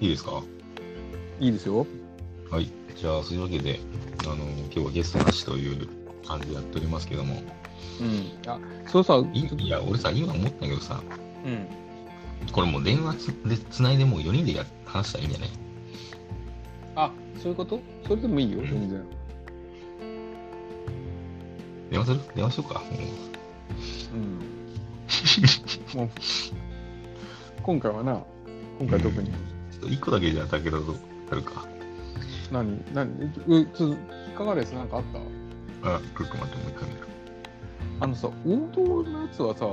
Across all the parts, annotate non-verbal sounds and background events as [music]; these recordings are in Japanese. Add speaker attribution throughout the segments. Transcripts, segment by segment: Speaker 1: いいですか
Speaker 2: いいですよ。
Speaker 1: はい。じゃあ、そういうわけで、あの、今日はゲストなしという感じでやっておりますけども、
Speaker 2: うん。あ、そうさ、
Speaker 1: いいや、俺さ、今思ったけどさ、
Speaker 2: うん。
Speaker 1: これもう電話つでつないでもう4人でや話したらいいんじゃない
Speaker 2: あ、そういうことそれでもいいよ、
Speaker 1: うん
Speaker 2: 全然。
Speaker 1: 電話する電話しようか。も
Speaker 2: うん。 [laughs] もう、今回はな、今回特に。
Speaker 1: うちょっと1個だけじゃだけだと、やるか。
Speaker 2: 何何う、ちょっと、引っかかるやつなんかあっ
Speaker 1: あ、ちょっと待って、もう一回見る。
Speaker 2: たあのさ、王道のやつはさ、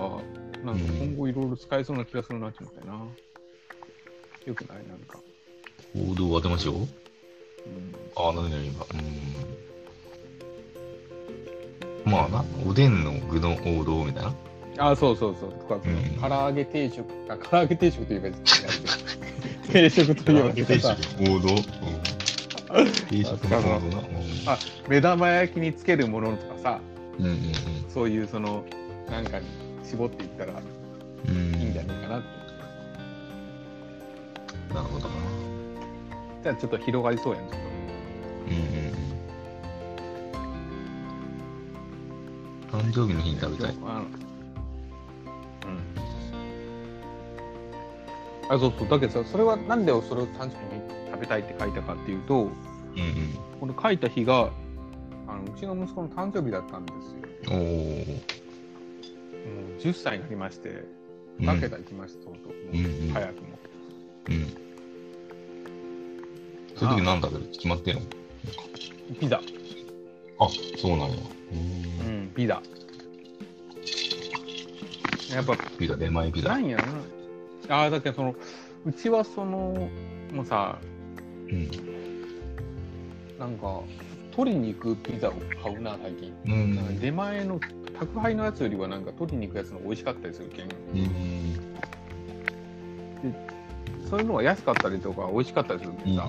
Speaker 2: なんか
Speaker 1: うん
Speaker 2: 今後いろいろ使えそうな気がするなって思ったよな。よくないなんか。
Speaker 1: 王道を当てましょう。
Speaker 2: うん。
Speaker 1: ああ、なになに今。うーん。まあな、おでんの具の王道みたいな。
Speaker 2: あ、そうそうそう。とか、
Speaker 1: ん
Speaker 2: 唐揚げ定食、あ、唐揚げ定食といえば違う [laughs] 定食といえば違うさ、
Speaker 1: 王道。うん。定食の王道な。うん
Speaker 2: あ目玉焼きにつけるものとかさ、
Speaker 1: うんうん
Speaker 2: そういうその、なんかに絞っていったら
Speaker 1: うん。うん。
Speaker 2: いいんじゃないかなって。
Speaker 1: なるほどな。
Speaker 2: じゃあちょっと広がりそうやん、ちょっ
Speaker 1: うんうんうん。誕生日の日に食べ
Speaker 2: と。
Speaker 1: たい。
Speaker 2: あのうん。あ、そうそう。だけどさ、それはなんでそれを3時に食べたいって書いたかっていうと、
Speaker 1: うん
Speaker 2: この書いた日が、あのうちの息子の誕生日だったんですよ。
Speaker 1: うん。おー。
Speaker 2: もう10歳になりまして、
Speaker 1: うん
Speaker 2: 2桁いきました、とうとう。
Speaker 1: うん
Speaker 2: もう
Speaker 1: うん
Speaker 2: 早くも。
Speaker 1: うん。そういう時何食べる決まってんの
Speaker 2: ピザ。
Speaker 1: あ、そうなんや。
Speaker 2: うん、ピザ。やっぱ、
Speaker 1: ピザ、出前ピザ。
Speaker 2: なんやろな。ああ、だけどその、うちはその、もうさ、
Speaker 1: うん。
Speaker 2: なんか、取りに行くピザを買うな、最近。
Speaker 1: うん。
Speaker 2: 出前の宅配のやつよりはなんか取りに行くやつの方が美味しかったりするけん
Speaker 1: うん。
Speaker 2: そういうのは安かったりとか美味しかったりするけ
Speaker 1: うんん
Speaker 2: さ、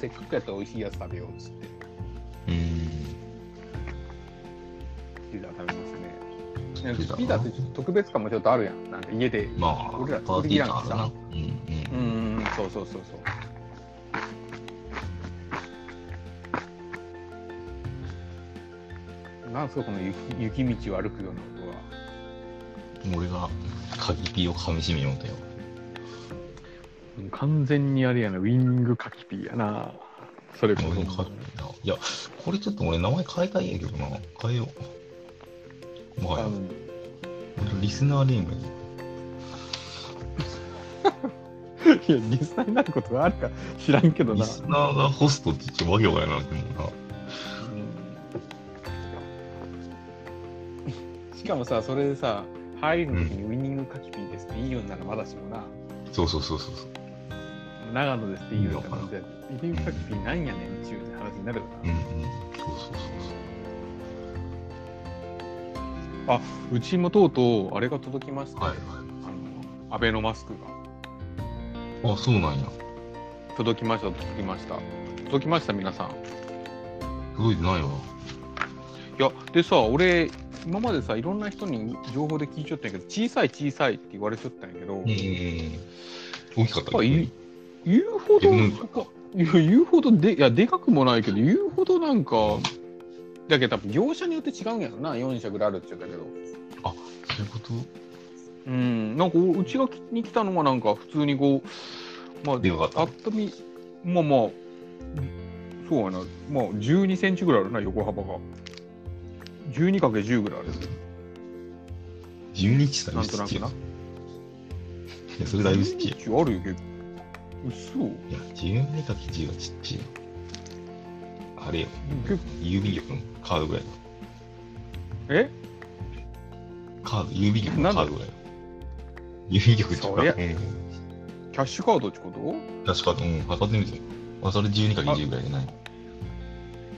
Speaker 2: せっかくやったら美味しいやつ食べようっつって
Speaker 1: うん
Speaker 2: ピザ食べますね
Speaker 1: ピザ
Speaker 2: ピザってちょっと特別感もちょっとあるやんなんか家で
Speaker 1: まあ、
Speaker 2: 俺ら
Speaker 1: パーティー感あるな。うん
Speaker 2: うんうんうんそうそうそうそうなんすかこの雪雪道を歩くような音は
Speaker 1: うん。俺が鍵ピーをかみしめようとよ。
Speaker 2: もう完全にあれやなウィングカキピーやなそれこ
Speaker 1: 俺
Speaker 2: そ
Speaker 1: もかいや、これちょっと俺名前変えたいんやけどな。変えよう。まあ
Speaker 2: あ、の
Speaker 1: 俺リスナーネームやね
Speaker 2: いや、実際になることがあるか知らんけど
Speaker 1: リ
Speaker 2: な。
Speaker 1: スナーがホストって言っちゃわけわからんなって思うな。
Speaker 2: しかもさ、それでさ、入るの時にウィニングカキピーですっていいようにならまだしもな、
Speaker 1: そうそうそうそうそう。
Speaker 2: 長野ですっていいようにならまだしウィニングカキピーなんやねんっていう話になるよ
Speaker 1: うん
Speaker 2: な
Speaker 1: うん。そうそうそ
Speaker 2: うちもとうとう、あれが届きまし
Speaker 1: う
Speaker 2: た
Speaker 1: そう。はい
Speaker 2: あの、アベノマスクが
Speaker 1: はい。あ、そうなんや。
Speaker 2: 届きました、届きました。届きました、皆さん。
Speaker 1: 届いてないわ。
Speaker 2: いや、でさ、俺、今までさ、いろんな人に情報で聞いちゃったんやけど、小さい小さいって言われちゃったんやけど、
Speaker 1: うんうんうん。大きかった
Speaker 2: まあ、
Speaker 1: ね
Speaker 2: 言う言うほど
Speaker 1: うん
Speaker 2: そこいや言うほどでいやでかくもないけど言うほどなんかだけど多分業者によって違うんやろな4社ぐらいあるって言ってたけど
Speaker 1: そういうこと
Speaker 2: うんなんかおうちがきに来たのはなんか普通にこうまあ
Speaker 1: でかか
Speaker 2: ぱ
Speaker 1: っ
Speaker 2: っと見まあまあそうやなまあ1 2センチぐらいあるな横幅が 12×10 ぐらいある
Speaker 1: た。12日だいぶ好きや
Speaker 2: なん
Speaker 1: い
Speaker 2: と
Speaker 1: や、それだいぶ好きや。
Speaker 2: 12あるよ結構嘘
Speaker 1: いや、12かけ10はちっちゃいよ。あれよ、
Speaker 2: 結
Speaker 1: 郵便局のカードぐらいだよ
Speaker 2: え
Speaker 1: カード、郵便局のカードぐらいだよ。郵便局って
Speaker 2: そりゃ
Speaker 1: うん。
Speaker 2: キャッシュカードってこと
Speaker 1: 確か、うん、測ってみてよ。あ、それ12かけ10ぐらいじゃない。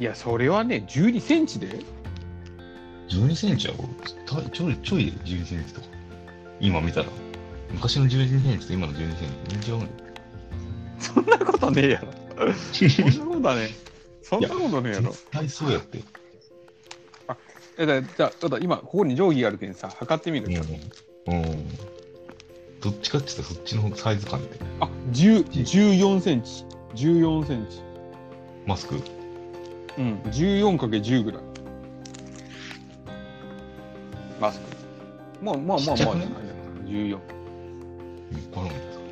Speaker 2: いやそれはね1 2センチで
Speaker 1: 12センチは俺たちょい、ちょいで12センチとか。今見たら。昔の12センチと今の12センチ、全然違うんだよ。
Speaker 2: そんなことねえやろ。そんなことはね。そんなことねえやろ。
Speaker 1: 絶対そうやって。
Speaker 2: えだじゃあ、ただ今、ここに定規があるけんさ、測ってみる。
Speaker 1: うん。うん。どっちかって言ったらそっちの方がサイズ感って。
Speaker 2: あ10 14センチ14センチ
Speaker 1: マスク
Speaker 2: うん、14×10 ぐらい。マスク。まあまあまあ
Speaker 1: ちっち
Speaker 2: ま
Speaker 1: ゃ
Speaker 2: あ
Speaker 1: く
Speaker 2: じ
Speaker 1: ね
Speaker 2: ゃないよ。14。
Speaker 1: いっぱいあるんですか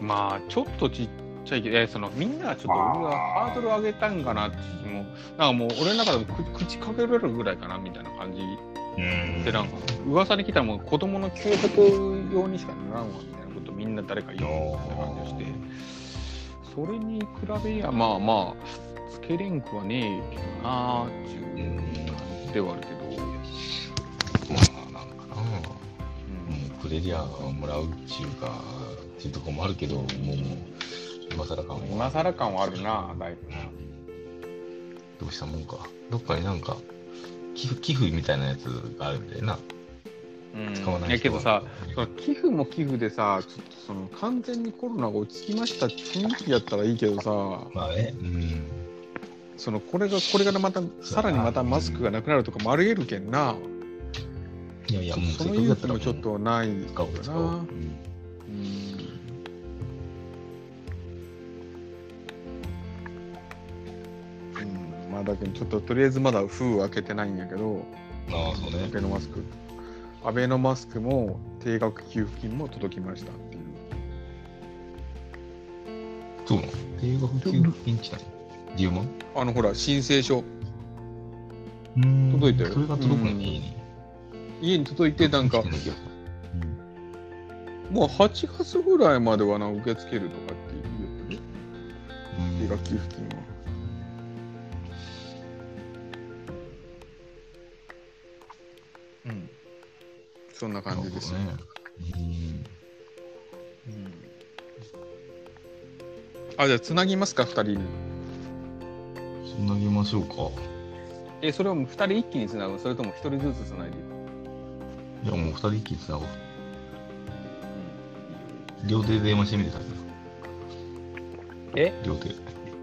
Speaker 2: まあちょっとちっちゃいけど、えそのみんなはちょっと俺がハードル上げたんかなって気も、なんかもう俺の中でも口口かけられるぐらいかなみたいな感じ
Speaker 1: うーん
Speaker 2: で、なんか噂に来たらもう子供の給食用にしかならんわみたいなことみんな誰か言うみたいな感じがして、それに比べりゃまあまあ、つけれんくはねえけどなあっていうう。
Speaker 1: ー
Speaker 2: ではあるけど、
Speaker 1: ん。まあ、なんかな。もうくれりゃもらうっちゅうか、っていうとこもあるけど、もう、今更感は。
Speaker 2: 今更感はあるな、だいぶな。
Speaker 1: どうしたもんか。どっかになんか、寄付寄付みたいなやつがあるんだよな。使わ
Speaker 2: う、
Speaker 1: なんい人は
Speaker 2: やけどさ、その寄付も寄付でさ、ちょっとその完全にコロナが落ち着きましたって雰囲気やったらいいけどさ、
Speaker 1: まあね、うん。
Speaker 2: そのこれがこれからまたさらにまたマスクがなくなるとかもありえるけんな、
Speaker 1: いやいや、もう
Speaker 2: そ
Speaker 1: せっか
Speaker 2: の
Speaker 1: くだっ
Speaker 2: 勇
Speaker 1: た
Speaker 2: 気
Speaker 1: らも
Speaker 2: も
Speaker 1: う
Speaker 2: ちょっとない
Speaker 1: 使おう、使おう。う
Speaker 2: な。
Speaker 1: ん
Speaker 2: うんうんまあだけどちょっととりあえずまだ封を開けてないんやけど、
Speaker 1: ああ、そう
Speaker 2: ア
Speaker 1: ね。
Speaker 2: ベノマスク。アベノマスクも定額給付金も届きましたっていう。
Speaker 1: そうなの。定額給付金って何 ?10 万
Speaker 2: あのほら、申請書。
Speaker 1: うん
Speaker 2: 届いたよ
Speaker 1: それが届くのにいいね。
Speaker 2: 家に届いて、なん [laughs] か
Speaker 1: う、ん
Speaker 2: もう8月ぐらいまではな、受け付けるとかっていうよ定額給付金は。うん。そんな感じです
Speaker 1: ね。
Speaker 2: うんあ、じゃあ、つなぎますか、2人に。
Speaker 1: うん。つなげましょうか。
Speaker 2: え、それを2人一気につなぐそれとも1人ずつつないでいく
Speaker 1: いや、もう二人一気につなごう。両手で電話してみてください。
Speaker 2: え
Speaker 1: 両手。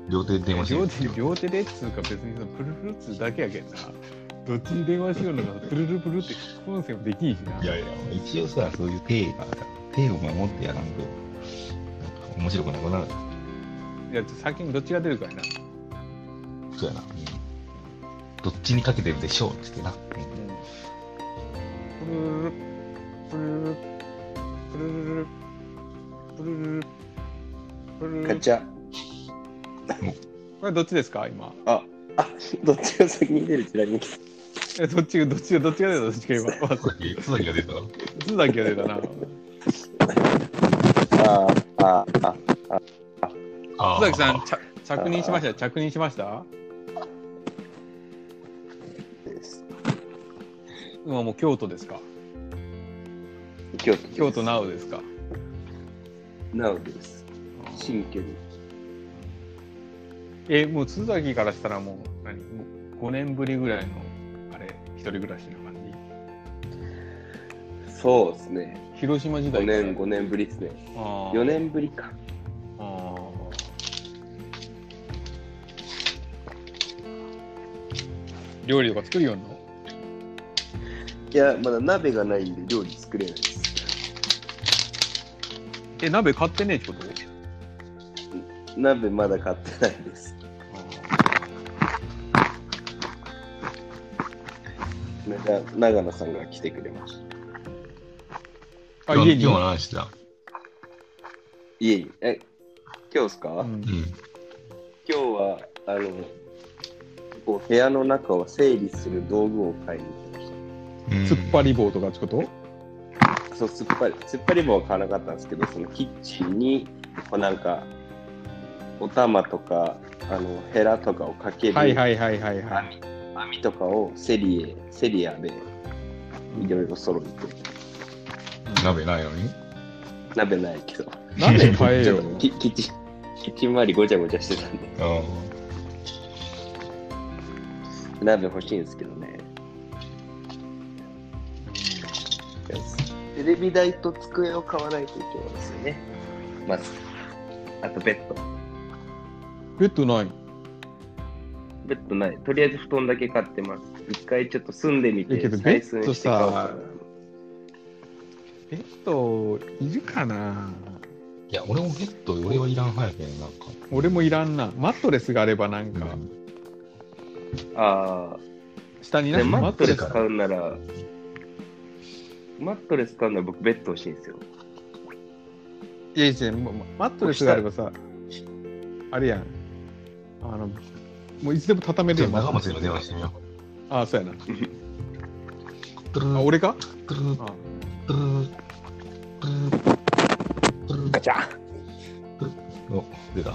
Speaker 1: 両手で電話して
Speaker 2: 両
Speaker 1: みて。
Speaker 2: 手両手でっつうか別にそのプルプルっつうだけやけんなどっちに電話しようのかプルルプルって副音声もできんしない
Speaker 1: やいや、一応さ、そういう手が、手を守ってやらんと、なんか面白くなくなる。
Speaker 2: いや先にどっちが出るかやな
Speaker 1: そうやな。うんどっちにかけてるでしょうって言ってな。
Speaker 2: プルルルプルルルプルルルプルルルプルル
Speaker 3: ガ
Speaker 2: ル
Speaker 3: チャ。
Speaker 2: これどっちですか今
Speaker 3: あ、あ、どっちが先に出るって何
Speaker 2: えどっちがどっちがどっちが出たどっちが今 [laughs] わ
Speaker 1: うん。つなぎが出たら、
Speaker 2: つだけが出たな
Speaker 3: あーあー、あー
Speaker 1: あ
Speaker 2: 須崎さんちゃ着任しました着任しました
Speaker 3: です。
Speaker 2: 今もう京都ですか
Speaker 3: 京都。
Speaker 2: 京都。なおですか
Speaker 3: なおです。新居に。
Speaker 2: えもう須崎からしたらもう何もう5年ぶりぐらいのあれ一人暮らしの感
Speaker 3: そうですね。
Speaker 2: じ広島時代
Speaker 3: 5
Speaker 2: から
Speaker 3: 年、5年ぶりですね。
Speaker 2: あー
Speaker 3: 4年ぶりか。
Speaker 2: あー料理とか作るようになるの
Speaker 3: いや、まだ鍋がないんで料理作れないです。
Speaker 2: え鍋買ってねえってこと
Speaker 3: 鍋まだ買ってないです。なんか長野さんが来てくれました。
Speaker 2: あ
Speaker 1: 今日
Speaker 2: 家に
Speaker 1: 今日は何してた
Speaker 3: 家に。え、今日ですか、
Speaker 2: うん
Speaker 1: うん。
Speaker 3: 今日は、あの、こう部屋の中を整理する道具を買いに来まし
Speaker 2: 突っ張
Speaker 1: り。
Speaker 2: り棒とかってこと
Speaker 3: た。そう、突っ張り、突っ張り棒は買わなかったんですけど、そのキッチンに、こうなんか、お玉とか、あの、ヘラとかをかける、
Speaker 2: はいはいはいはいはい
Speaker 3: 網とかをセリエ、セリアで、いろいろ揃えて、
Speaker 1: 鍋ないのに
Speaker 3: 鍋ないけど、
Speaker 2: 鍋買え
Speaker 3: ちょ
Speaker 2: よ
Speaker 3: っ [laughs] とキキッチン、キッチン周りごちゃごちゃしてたんで、
Speaker 1: あ
Speaker 3: 鍋欲しいんですけどね。テレビ台と机を買わないといけないですよね。まず。あとベッド。
Speaker 2: ベッドない
Speaker 3: ベッドない。とりあえず布団だけ買ってます。一回ちょっと住んでみ
Speaker 2: えけ
Speaker 3: て、
Speaker 2: ど
Speaker 3: 採寸して買おうかな
Speaker 2: ベッドペットいるかない
Speaker 1: や、俺もペット、俺はいらん派やけど、なんか。
Speaker 2: 俺もいらんな。マットレスがあればなんか、
Speaker 1: うん
Speaker 3: あ
Speaker 2: 下に
Speaker 3: あ、
Speaker 2: な
Speaker 3: ね、
Speaker 2: んか
Speaker 3: マットレス
Speaker 2: マ
Speaker 3: 買うなら、マットレス買うなら僕ベッド欲しいんですよ。
Speaker 2: いやいや、もうマットレスがあればさ、あれやん。あの、もういつでも畳める
Speaker 1: じゃ
Speaker 2: や
Speaker 1: あ、
Speaker 2: ん。
Speaker 1: 長松にも電話してみよう。
Speaker 2: ああ、そうやな。
Speaker 1: トゥルル
Speaker 2: あ、俺か
Speaker 1: トゥルル
Speaker 2: あ
Speaker 1: トゥルルトゥルルトゥルル
Speaker 4: ガチャ
Speaker 1: お、出た。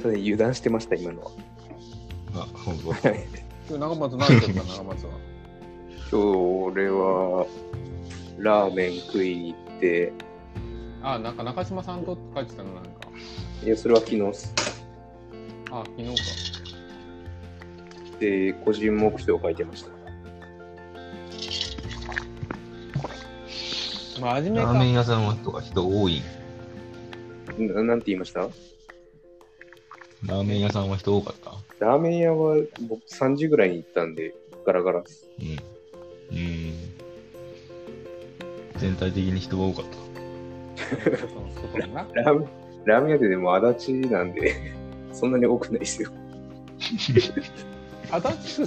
Speaker 4: それ油断してました、今のは。
Speaker 1: あ、ほんと。
Speaker 5: [laughs]
Speaker 2: 今日長松何してた長松は。
Speaker 4: 今日俺は、ラーメン食いに行って、
Speaker 2: [laughs] あ、なんか中島さんとって書いてたのなんか。
Speaker 4: いや、それは昨日っす。
Speaker 2: あ、昨日
Speaker 4: で、個人目標書いてました。
Speaker 2: か。まあ、真面目
Speaker 1: ラーメン屋さんは人が人多い。
Speaker 4: ななんて言いました
Speaker 1: ラーメン屋さんは人多かった。
Speaker 4: ラーメン屋は僕3時ぐらいに行ったんで、ガラガラっす。
Speaker 1: うん。うん。全体的に人が多かった。
Speaker 2: か。その外にな。
Speaker 4: ラーメンラーメン屋ってでも足立なんで、そんなに多くないですよ。
Speaker 2: 足立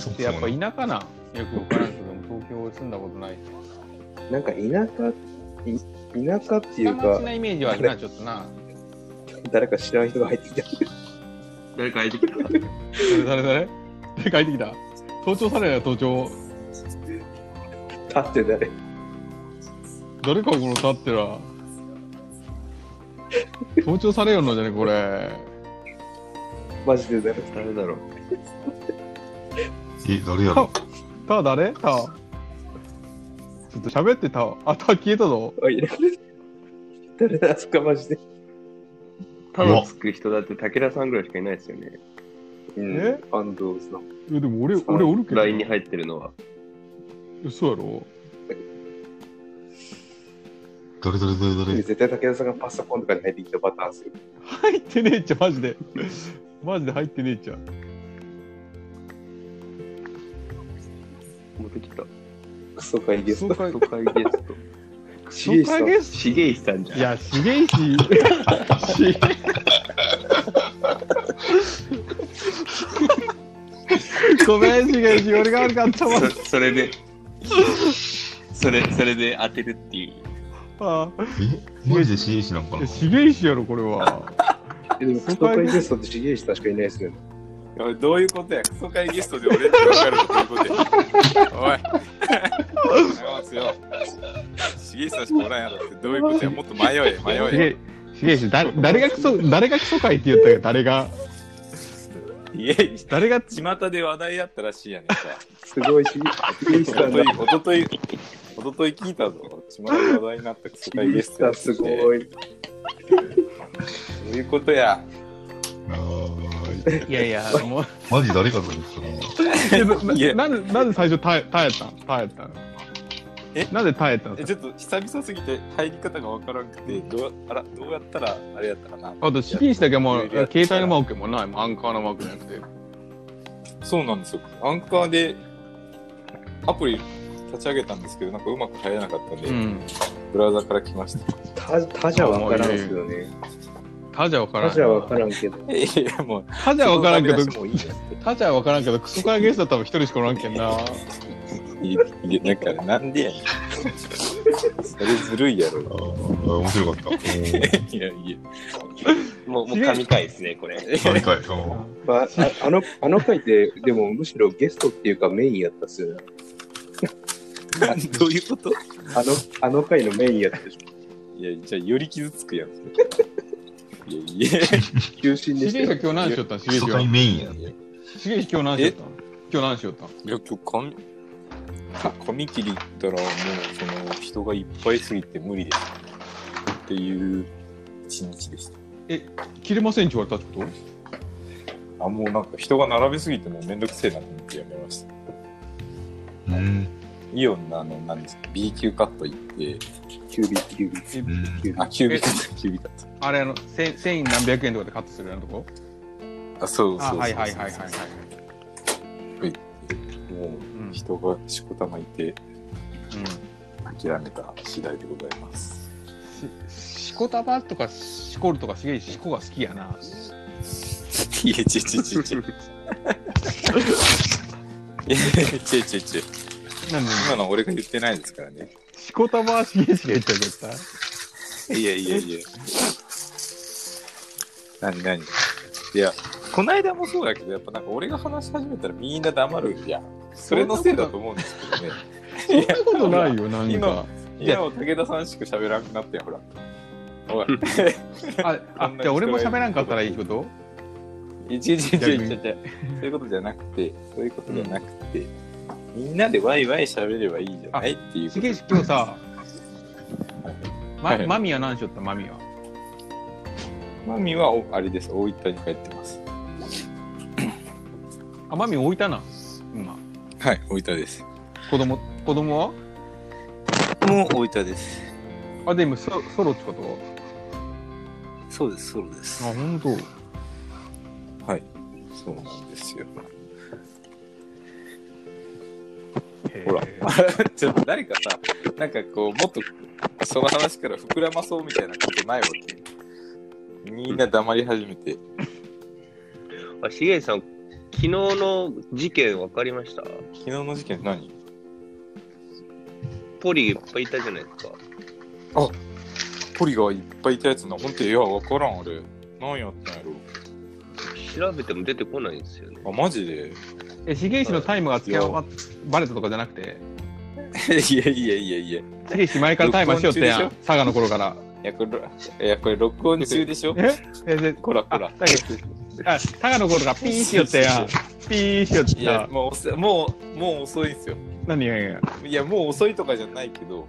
Speaker 2: 区ってやっぱ田舎な。よくわからんけども、東京住んだことない。
Speaker 4: なんか田舎、い田舎ってい
Speaker 2: 下
Speaker 4: う
Speaker 2: 町
Speaker 4: か、
Speaker 2: なイメージはあるな、ちょっとな。
Speaker 4: 誰か知らん人が入ってきた。
Speaker 3: 誰か入ってきた。
Speaker 2: 誰誰誰帰ってきた。盗聴されるよ、盗聴。
Speaker 4: 立って誰
Speaker 2: 誰かこの立ってら。盗聴されよんのじゃね、これ。
Speaker 4: [laughs] マジで誰
Speaker 3: 誰だろう。
Speaker 1: え、誰や
Speaker 2: ろタワ誰タワちょっと喋ってタワあタワ消えたぞ
Speaker 4: あいる誰だあそっかマジで。
Speaker 3: ただつく人だって武田さんぐらいしかいないですよね。
Speaker 4: うん
Speaker 2: え
Speaker 4: 安藤さん。
Speaker 2: いやでも俺俺おるけど
Speaker 3: LINE に入ってるのは。
Speaker 2: そうやろ
Speaker 1: どれどれどれどれ
Speaker 4: 絶対武田さんがパソコンとかに入ってきたパターンですよ。
Speaker 2: 入ってねえっちゃマジでマジで入ってねえっちゃ
Speaker 3: 持ってきた。
Speaker 4: クソ会議
Speaker 2: ク
Speaker 4: ス
Speaker 2: ソ
Speaker 4: ト。
Speaker 2: 会
Speaker 3: 都会ゲスト。
Speaker 4: シゲイさん
Speaker 2: 初回ゲス
Speaker 3: しげいさんじゃん。
Speaker 2: いや重石重石ごめん重石俺が悪かったわ
Speaker 3: そそれで、それ、それで当てるっていう。
Speaker 5: [laughs]
Speaker 2: あ
Speaker 1: えマジで CH なんかな
Speaker 2: いや重石やろこれは
Speaker 4: えでもクソ会ゲストって重下しかいないですよね。
Speaker 5: どういうことやクソ会ゲストで俺って分かるのどういうことやおい。長松よ。重久しかおらんやろってどういうことやもっと迷え、迷え。
Speaker 2: 重重石だ誰がクソ誰がクソかいって言ったか誰が
Speaker 5: いえ、
Speaker 2: 誰が
Speaker 5: 巷で話題やったらしいやねんか。
Speaker 4: すごい重重
Speaker 5: 一
Speaker 4: 下
Speaker 5: 昨
Speaker 4: だ
Speaker 5: 日。一昨日一昨日聞いたぞ。巷で話題になったクソ会
Speaker 4: 重
Speaker 5: ゲストや
Speaker 4: 下
Speaker 5: って。
Speaker 4: す
Speaker 5: ど
Speaker 4: ごい。
Speaker 5: ういうことや。
Speaker 1: あー
Speaker 2: いやいや、もう。
Speaker 1: マジ誰かと思って
Speaker 5: [laughs] いや
Speaker 2: ななんで、なんで最初耐え、耐えたん耐えたん
Speaker 5: え
Speaker 2: なんで耐えたん
Speaker 5: えちょっと久々すぎて入り方が分からなくて、どうあらどうやったらあれやったかな。
Speaker 2: あと、資金したけもう、
Speaker 5: いや
Speaker 2: 携帯のマークやもんない、もうアンカーのマークじゃなくて。
Speaker 5: そうなんですよ。アンカーでアプリ立ち上げたんですけど、なんかうまく入らなかったんで、
Speaker 2: うん。
Speaker 5: ブラウザから来ました。
Speaker 4: 他他じゃわからんすよね。
Speaker 2: 他じゃわからん。
Speaker 4: 他じゃわからんけど。
Speaker 5: い [laughs] やいや、もう、
Speaker 2: 他じゃわからんけど、
Speaker 4: もういいね。
Speaker 2: 他じゃわからんけど、クソからゲストは多分一人しかおらんけんな。 [laughs]
Speaker 5: いいやだからなんでやねん。それずるいやろ。
Speaker 1: あー面白か
Speaker 5: [laughs]
Speaker 1: った。
Speaker 5: いやいや。
Speaker 3: もう、もう神回ですね、これ。
Speaker 1: 何回そ
Speaker 4: まあ、ああのあの回って、でもむしろゲストっていうかメインやったっすよね。
Speaker 5: どういうこと
Speaker 4: あのあの回のメインやったでしょ。
Speaker 5: いや、じゃあより傷つくやん。いやいや。
Speaker 4: 急進で
Speaker 2: 資
Speaker 4: したよ
Speaker 2: 金者。今日何
Speaker 6: [laughs]
Speaker 2: しよったん資
Speaker 1: う。基
Speaker 2: 金
Speaker 1: 礎
Speaker 2: 者は
Speaker 1: 会。メインやね。
Speaker 2: 資金者今日何しよったん今日何しよったん
Speaker 5: いや、今日髪、髪切り行ったら、もう、その、人がいっぱいすぎて無理です。っていう一日でした。
Speaker 2: 切れませんって言われたってこと
Speaker 5: あ、もうなんか人が並びすぎてもうめんどくせえなと思ってやめました。
Speaker 1: うん。
Speaker 5: イオンのあの、なんですか、B 級カット行って、
Speaker 4: キュービー、キュービー、
Speaker 1: うん
Speaker 4: キュービ
Speaker 5: あ、
Speaker 4: ー。
Speaker 5: キュービカット、キュービカッ
Speaker 2: あれ、あの、千千何百円とかでカットするようなとこ
Speaker 5: ト。あ、そうそう
Speaker 2: あ、
Speaker 5: そう。
Speaker 2: はいはいはいはいはい。
Speaker 5: い。も
Speaker 2: うん
Speaker 5: う、人がしこたまいて、
Speaker 2: うん
Speaker 5: 諦めた次第でござ
Speaker 2: [laughs]
Speaker 5: います。
Speaker 2: ししこたばとかしこるとかすげえしこが好きや [laughs] な。
Speaker 5: いや、ちちちち。いや、ちちち。
Speaker 2: なんで
Speaker 5: 今の俺が言ってないですからね。
Speaker 2: しこたばはすげえしか言っちゃう絶対。
Speaker 5: いやいやいや。何何いや、こないだもそうだけど、やっぱなんか俺が話し始めたらみんな黙るんや。それのせいだと思うんですけどね。
Speaker 2: そんなことないよ、なんか
Speaker 5: 今。、今も武田さんしか喋らんくなったよ、ほら。おい。
Speaker 2: あ、あじゃあ俺も喋らんかったらいいこと
Speaker 5: いや違う違う違う違う違うそういうことじゃなくて、そういうことじゃなくて、みんなでワイワイ喋ればいいじゃないっていうこ
Speaker 2: す
Speaker 5: と
Speaker 2: げえ今日さ、
Speaker 5: は
Speaker 2: ま、
Speaker 5: い
Speaker 2: マミは何しよったマミは。
Speaker 5: マミはおあれです、大分に帰ってます。
Speaker 2: あ、マミ置いたな、今。
Speaker 5: はい、大分です。
Speaker 2: 子供、子供は
Speaker 4: もう大分です。
Speaker 2: あ、でもソロソロってこと
Speaker 4: そうです、そうで
Speaker 2: あ、
Speaker 4: す。
Speaker 2: ほんと。
Speaker 5: はい、そうなんですよ。ほら、ちょっと誰かさ、なんかこう、もっとその話から膨らまそうみたいなことないわけ。みんな黙り始めて。
Speaker 4: あ、しげいさん、昨日の事件分かりました
Speaker 5: 昨日の事件何
Speaker 4: ポリいっぱいいたじゃないですか。
Speaker 5: ポリがいっぱいいたやつな、ほんといや、わからん、あれ。何やったんやろ。
Speaker 4: 調べても出てこないんですよね。
Speaker 5: あ、マジで
Speaker 2: え、重石のタイムが付け終わっバレたとかじゃなくて、
Speaker 5: いやいやいやいや。い
Speaker 2: 重石前からタイムはしよったやん
Speaker 5: 録音中、
Speaker 2: 佐賀の頃から。
Speaker 5: や、これ、いや、これ録音中でしょ
Speaker 2: ええ、で、
Speaker 5: こらこ
Speaker 2: あ、
Speaker 5: ら
Speaker 2: だ。けど、あ、佐賀の頃からピーンしよったやん。ピーンしよっ
Speaker 5: いや、
Speaker 2: た。
Speaker 5: もうおせ、もう、もう遅いんすよ。
Speaker 2: 何がや
Speaker 5: いや、もう遅いとかじゃないけど、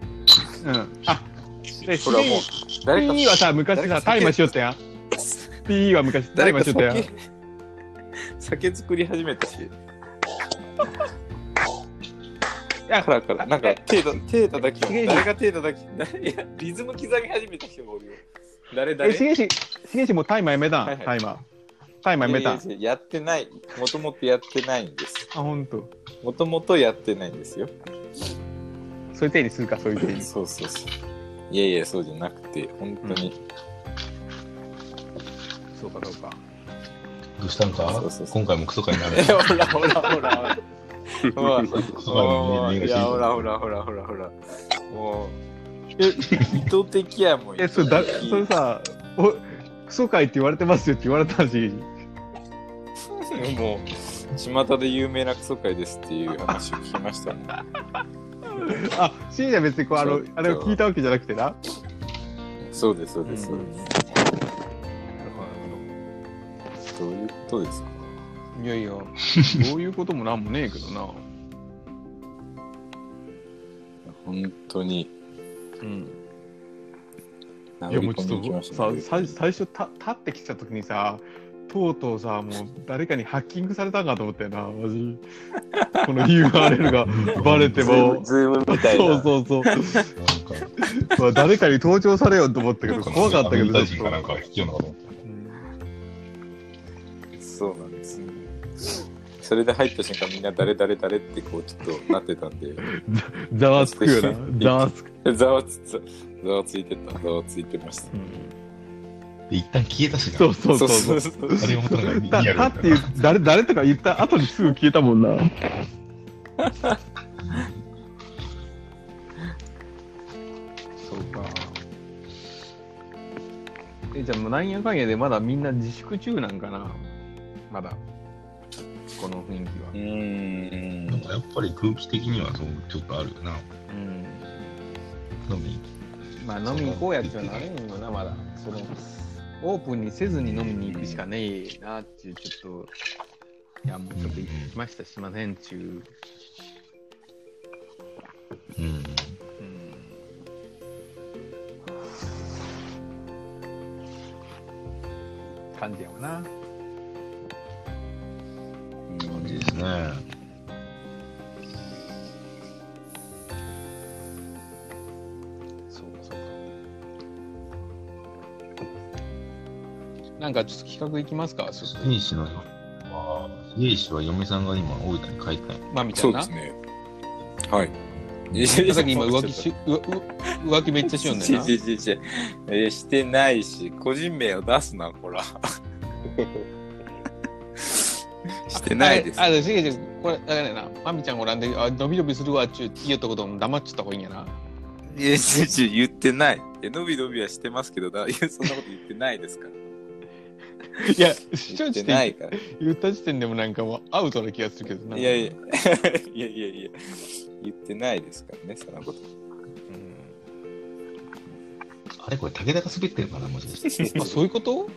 Speaker 2: うん。あ、で、
Speaker 5: これはも
Speaker 2: 重
Speaker 5: う
Speaker 2: 石、
Speaker 5: 誰か
Speaker 2: ピーはさ、昔
Speaker 5: 誰
Speaker 2: さ、
Speaker 5: か
Speaker 2: タイムはしよったやん。ピーは昔、タイ
Speaker 5: 誰
Speaker 2: ムは
Speaker 5: か
Speaker 2: しよったやん。
Speaker 5: 酒、酒作り始めたし。
Speaker 2: や
Speaker 5: からから、なん
Speaker 2: え
Speaker 5: か手だ、手叩き、
Speaker 2: すげえ
Speaker 5: 誰が手叩き、誰いや、リズム刻み始めた人がおるよ。誰
Speaker 2: え、
Speaker 5: 誰
Speaker 2: しげし、しげしもうタイマーやめた
Speaker 5: は
Speaker 2: ん
Speaker 5: いはい
Speaker 2: タイマー。タイマーやめたん
Speaker 5: いやいやいややってない。もともとやってないんです。
Speaker 2: あ、ほんと。
Speaker 5: もともとやってないんで
Speaker 2: [laughs]
Speaker 5: すよ。
Speaker 2: そういう手にするか、そういう手に。
Speaker 5: そうそうそう。いやいや、そうじゃなくて、本当に。
Speaker 2: そうか、そうか。
Speaker 1: どうしたんか
Speaker 5: そうそうそう
Speaker 1: 今回もクソ会になる
Speaker 5: [laughs] え。ほらほらほらほら。
Speaker 1: クソ
Speaker 5: も
Speaker 1: 会
Speaker 5: う
Speaker 1: に目
Speaker 5: いや
Speaker 1: が
Speaker 5: ほらほらほらほらほら。もう。え、意図的やもん。
Speaker 2: え、それだ、それさ、お、クソ会って言われてますよって言われたし、
Speaker 5: もう、巷で有名なクソ会ですっていう話を聞きましたね。
Speaker 2: あ、しげしは別にこう、あの
Speaker 5: ちょっ、と
Speaker 2: あれを聞いたわけじゃなくてな。
Speaker 5: そうです、そうです、
Speaker 2: う
Speaker 5: そうんです。どういうことですか
Speaker 2: い [laughs] やいや、どういうこともなんもねえけどな。
Speaker 5: 本当に。
Speaker 2: うん。いや、
Speaker 5: 殴
Speaker 2: も
Speaker 5: り
Speaker 2: うち
Speaker 5: 込みに来
Speaker 2: ょ
Speaker 5: ま
Speaker 2: っ
Speaker 5: し
Speaker 2: と、
Speaker 5: た
Speaker 2: さ
Speaker 5: ね、
Speaker 2: 最最初た、立ってきたときにさ、とうとうさ、もう誰かにハッキングされたんかと思ったよな、マジ。この URL がバレて
Speaker 5: ズー
Speaker 2: も
Speaker 5: [laughs] ム。ズームみたいな。
Speaker 2: そうそうそう。
Speaker 1: なんか
Speaker 2: まあ誰かに盗聴されようと思ったけど、怖かったけど、
Speaker 1: アメリカ
Speaker 2: ち
Speaker 1: 人
Speaker 2: ょ
Speaker 1: か
Speaker 2: っ
Speaker 1: なん
Speaker 2: と。
Speaker 1: か必要なのかと思っ
Speaker 2: うん
Speaker 5: そうなんです、ね。それで入った瞬間みんな誰誰誰ってこうちょっとなってたんで、
Speaker 2: ざわつくよな。ざわつく。
Speaker 5: [laughs] ざわつつ、ざわついてた、ざわついてました。
Speaker 1: たで一旦消えたしな
Speaker 2: そうそうそうそう。
Speaker 5: うそう
Speaker 1: あれ思ったのがリ
Speaker 2: た
Speaker 1: アル
Speaker 2: た
Speaker 1: だっ
Speaker 2: っ
Speaker 1: てた
Speaker 2: い
Speaker 1: な
Speaker 2: う誰誰とか言った後にすぐ消えたもんな。そうか。えじゃあもうなんやかんやでまだみんな自粛中なんかな。まだこの雰囲気は
Speaker 5: う。ー
Speaker 1: なん
Speaker 5: ん。
Speaker 1: かやっぱり空気的にはそうちょっとあるよな。
Speaker 2: うん。
Speaker 1: 飲み
Speaker 2: まあ飲み行こうやっちゃなれんよなまだ。そのオープンにせずに飲みに行くしかねえなっていうちょっと。いやもうちょっと行きましたしませんちゅう
Speaker 1: うん。
Speaker 2: うん感じやもんな。
Speaker 1: 感じですね。
Speaker 2: そうかそうか。なんかちょっと企画いきますか、ちょっ
Speaker 1: A 氏のは、A 氏は嫁さんが今大分に帰ったんや
Speaker 2: と。まあみた
Speaker 5: そ
Speaker 2: いう
Speaker 5: で
Speaker 2: な
Speaker 5: す。ね。はい。
Speaker 2: さっき今浮気し、うわう浮気めっちゃしよんだ
Speaker 5: ち
Speaker 2: よ
Speaker 5: ちちちえーしてないし、個人名を出すな、
Speaker 2: [laughs]
Speaker 5: ほら。して
Speaker 2: な。
Speaker 5: ないです。
Speaker 2: あ、あでしげちゃん、これ、だからやな、まみちゃんおらんで、あ、伸び伸びするわっちゅう、言うとことも黙っちゃった方がいいんやな。
Speaker 5: いや、ちち言ってない。え、のびのびはしてますけど、だい [laughs] やそんなこと言ってないですから。
Speaker 2: い [laughs] や、主張
Speaker 5: 言っ
Speaker 2: してて
Speaker 5: ないから。い
Speaker 2: 言った時点でもなんかもうアウトな気がするけどな。
Speaker 5: やいや、い [laughs] やいやいや、言ってないですからね、そんなこと。
Speaker 1: あれこれ、武田が滑ってるかな、もしかして。セ
Speaker 2: あ、そういうこと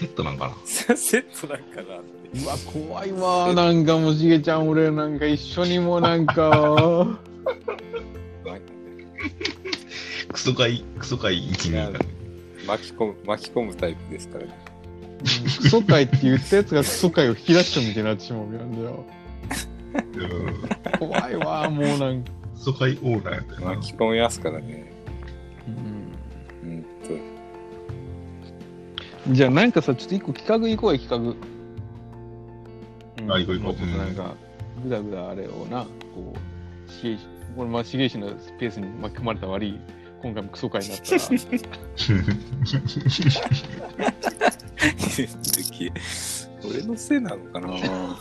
Speaker 1: ットなんかな。
Speaker 5: セットなんかなって。
Speaker 2: うわ、怖いわ。なんかもうしげちゃん、俺なんか一緒にもうな
Speaker 1: [laughs]
Speaker 2: んか。
Speaker 1: クソかい、クソかい1、2が。
Speaker 5: 巻き込む、巻き込むタイプですからね。
Speaker 2: クソ会って言ったやつがクソ会を引き出したみたいになってしまうやんだよ。
Speaker 1: うん
Speaker 2: 怖いわ、もうなんか。
Speaker 1: クソかいオーナーやったよな。 [laughs]
Speaker 5: 巻き込みますからね。うんと。 [laughs]
Speaker 2: じゃあなんかさ、ちょっと一個企画行こうよ、企画。
Speaker 1: あ行こう行こう
Speaker 2: もちょっとなんか、ぐだぐだあれをな、こう、しげいこれ、まあ、しげいしのスペースに巻き込まれた悪い、今回もクソ会になった
Speaker 1: [laughs]
Speaker 2: ら、
Speaker 5: 俺のせいなのかな
Speaker 2: 7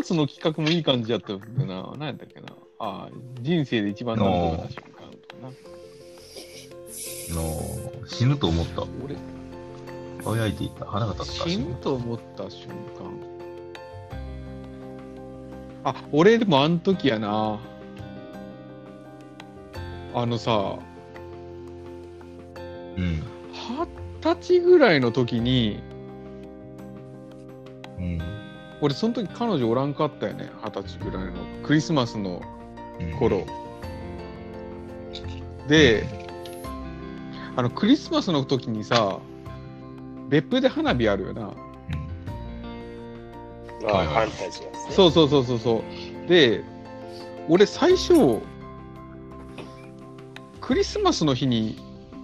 Speaker 2: 月の企画もいい感じだったよな。何やったっけな。ああ、人生で一番難しい瞬間と
Speaker 1: の
Speaker 2: かな。
Speaker 1: 死ぬと思った。
Speaker 2: 俺、
Speaker 1: 輝いていた。腹が立った。
Speaker 2: 死ぬと思った瞬間。あ、俺でもあの時やな。あのさ、
Speaker 1: うん。
Speaker 2: 二十歳ぐらいの時に、
Speaker 1: うん。
Speaker 2: 俺その時彼女おらんかったよね。二十歳ぐらいの。クリスマスの
Speaker 1: うん
Speaker 2: 頃。で、あのクリスマスの時にさ、別府で花火あるよな。
Speaker 1: うん
Speaker 4: あ
Speaker 1: はいは
Speaker 4: ファ
Speaker 1: い
Speaker 4: ンタジーですね。
Speaker 2: そうそうそうそうそう。で、俺最初、クリスマスの日に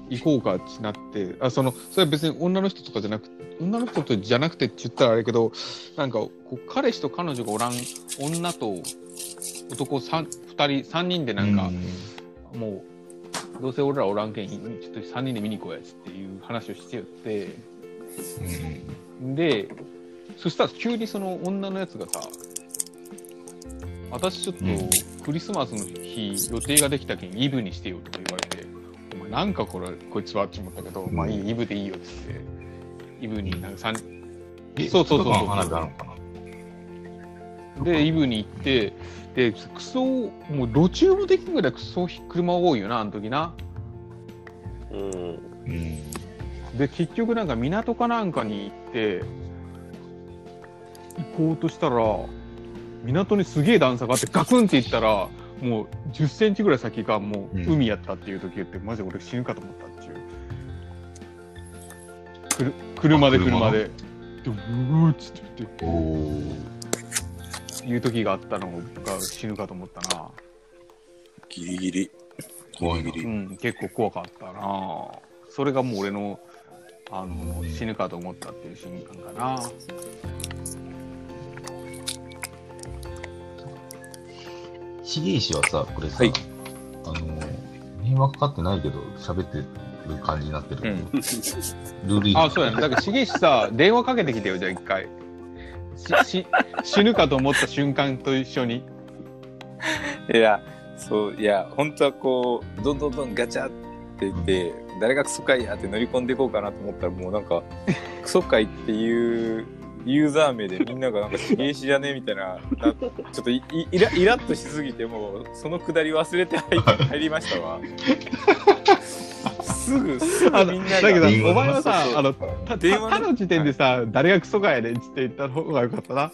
Speaker 2: 行こうかってなって、あ、その、それは別に女の人とかじゃなくて、女の人とじゃなくてって言ったらあれけど、なんかこう、彼氏と彼女がおらん女と男3、2人、3人でなんか、もう、どうせ俺らおらんけん、ちょっと3人で見に行こうやつっていう話をしてよって、
Speaker 1: うん
Speaker 2: で、そしたら急にその女のやつがさ、私ちょっ
Speaker 1: うん
Speaker 2: とクリスマスの日予定ができたけんイブにしてよって言われて、お前なんかこれ、こいつはって思ったけど、まあいい、イブでいいよって言って、イブになんか三
Speaker 1: え
Speaker 2: そうそうそうそう
Speaker 1: 二日間花火あるのかな
Speaker 2: で、イブに行って、で、クソ、もう路中もできんぐらいクソ車多いよな、あの時な。
Speaker 4: うん。
Speaker 1: うん。
Speaker 2: で結局なんか港かなんかに行って行こうとしたら港にすげえ段差があってガクンって行ったらもう1 0ンチぐらい先がもう
Speaker 1: うん
Speaker 2: 海やったっていう時言って、マジで俺死ぬかと思ったっちゅうくる車で
Speaker 1: あ車
Speaker 2: 車
Speaker 1: の
Speaker 2: ででうーっつって言っ
Speaker 1: おお。
Speaker 2: ていう時があったのが死ぬかと思ったな
Speaker 5: ギリギリ。
Speaker 1: 怖いな。
Speaker 2: うん、結構怖かったなそれがもう俺のあの死ぬかと思ったっていう瞬間かな
Speaker 1: 重石はさ、これさ、
Speaker 5: はい
Speaker 1: あの、電話かかってないけど、喋ってる感じになってるけど、ルール違反
Speaker 2: あ、そうやね。だから、重石さ、 [laughs] 電話かけてきてよ、じゃあ一回。し、し、死ぬかと思った瞬間と一緒に。
Speaker 5: いや、そう、いや、本当はこう、どんどんどんガチャって言って、誰がクソ会やって乗り込んでいこうかなと思ったら、もうな
Speaker 2: [laughs]
Speaker 5: んか、クソ会っていうユーザー名でみんながなんか、死刑死じゃねえみたいな、なちょっといいイライラッとしすぎて、もう、そのくだり忘れて入って入りまし
Speaker 2: [laughs]
Speaker 5: たわ。すぐ、すぐみんな
Speaker 2: だけど、
Speaker 5: が。
Speaker 2: お前はさ
Speaker 5: そう、そう
Speaker 2: あの、た、た
Speaker 5: 電話ね
Speaker 2: 他の時点でさ、誰がクソかやねんっつって言った方がよかったな。だっ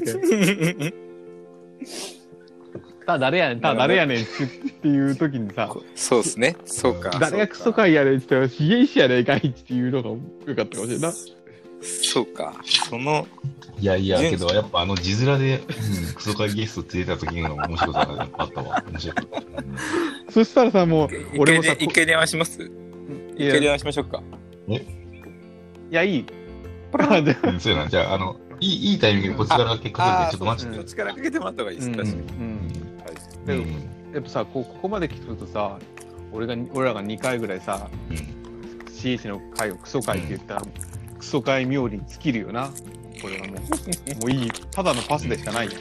Speaker 2: け。 [laughs] た、誰やねん、た、誰やねんっつっていう時にさ、
Speaker 5: そうですね。そうか。
Speaker 2: 誰がクソかやねんっつって言ったら、重石やねんかいっていうのがよかったかもしれんない。
Speaker 5: そうか。その、
Speaker 1: いやいや、
Speaker 5: ね
Speaker 1: けど、やっぱあの字面で、うんクソ会ゲスト出てた時の面白さがあったわ。面白かった。うん
Speaker 2: そしたらさ、もう、
Speaker 5: 一
Speaker 2: 俺
Speaker 5: 回
Speaker 2: も
Speaker 5: で
Speaker 2: さ、
Speaker 5: 一回電話します
Speaker 2: い
Speaker 5: 一
Speaker 2: や、
Speaker 5: 回
Speaker 2: い
Speaker 5: 電話しましょうか。
Speaker 2: や、いい。じゃあ
Speaker 1: うんそうやな。じゃあ、あの、いいいいタイミングでこっちから結果
Speaker 5: あー
Speaker 1: 出て、ちょっと待っ
Speaker 5: そ
Speaker 1: て
Speaker 5: うそ。う力かけてもらった方が
Speaker 2: [laughs]
Speaker 5: いいです、
Speaker 2: うん
Speaker 5: 確かに。
Speaker 2: うん
Speaker 1: う
Speaker 2: うん
Speaker 1: ん。
Speaker 2: やっぱさこうここまで聞くとさ俺が俺らが2回ぐらいさ
Speaker 1: うん
Speaker 2: CS の回をクソ回って言ったら、クソ回妙に尽きるよなこれはもうもういいただのパスでしかないよ、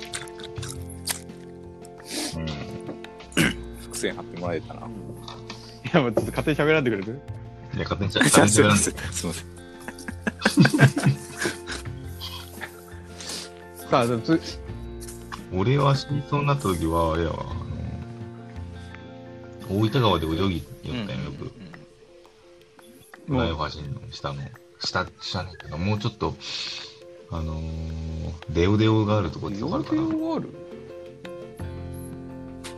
Speaker 1: うん
Speaker 5: 伏線張ってもらえたな。
Speaker 2: いやもうちょっと勝手に喋らんでくれる
Speaker 1: いや、勝手にしゃ
Speaker 5: [laughs] すいま
Speaker 1: 勝手
Speaker 5: せ
Speaker 1: にし
Speaker 5: ん。[laughs] すいません。
Speaker 2: さあでもつ
Speaker 1: ゃべらん俺は死にそうになった時は、あれやわ、あの、大分川で泳ぎよったんよ、よく。
Speaker 2: も
Speaker 1: ライ
Speaker 2: う
Speaker 1: フ橋の下の、下、下ねっていうか、もうちょっと、あのー、デオデオがあるとこってわかるか
Speaker 2: 要
Speaker 1: な
Speaker 2: 点はある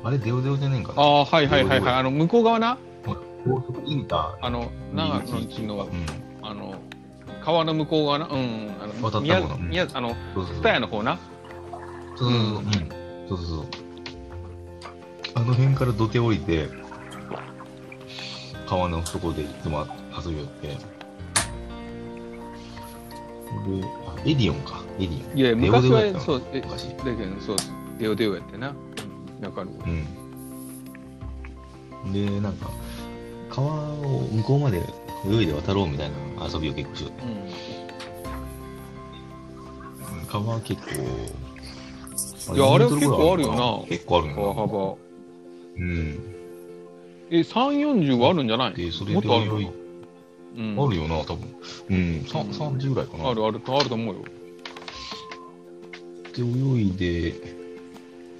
Speaker 1: あれデオデオじゃねえんかな
Speaker 2: ああはいはいはいはいあの向こう側な
Speaker 1: 高速インタ
Speaker 2: あ
Speaker 1: ー。
Speaker 2: の長野の地の
Speaker 1: う、ん。
Speaker 2: あの川の向こう側なうんあ
Speaker 1: 渡った
Speaker 2: の
Speaker 1: 方のう
Speaker 2: 宮
Speaker 1: ん
Speaker 2: 宮あの
Speaker 1: そうそうそう。
Speaker 2: 蔦屋の方な
Speaker 1: そうそうそう。うん。そうそうそう。あの辺から土手降りて、川の底でいつも遊びよって。で、あ、エディオンか。エディオン。
Speaker 2: いや
Speaker 1: デオ
Speaker 2: 昔
Speaker 1: デオ
Speaker 2: は
Speaker 1: やったの
Speaker 2: そうえだ
Speaker 1: 昔。
Speaker 2: けどそうデオデオやってなだから
Speaker 1: うん。で、なんか、川を向こうまで泳いで渡ろうみたいな遊びを結構しよって。川は結構、
Speaker 2: いやあれは
Speaker 1: 何メートルぐらいのか
Speaker 2: 結構あるよ
Speaker 1: 結構ある
Speaker 2: な川
Speaker 1: な。
Speaker 2: 幅
Speaker 1: うん。
Speaker 2: え三340はあるんじゃない
Speaker 1: で、それ
Speaker 2: も
Speaker 1: で
Speaker 2: っとある
Speaker 1: 泳い
Speaker 2: よ、うん、
Speaker 1: あるよな、多分。うん、さん30ぐらいかな。
Speaker 2: あるあるあると思うよ
Speaker 1: で、泳いで、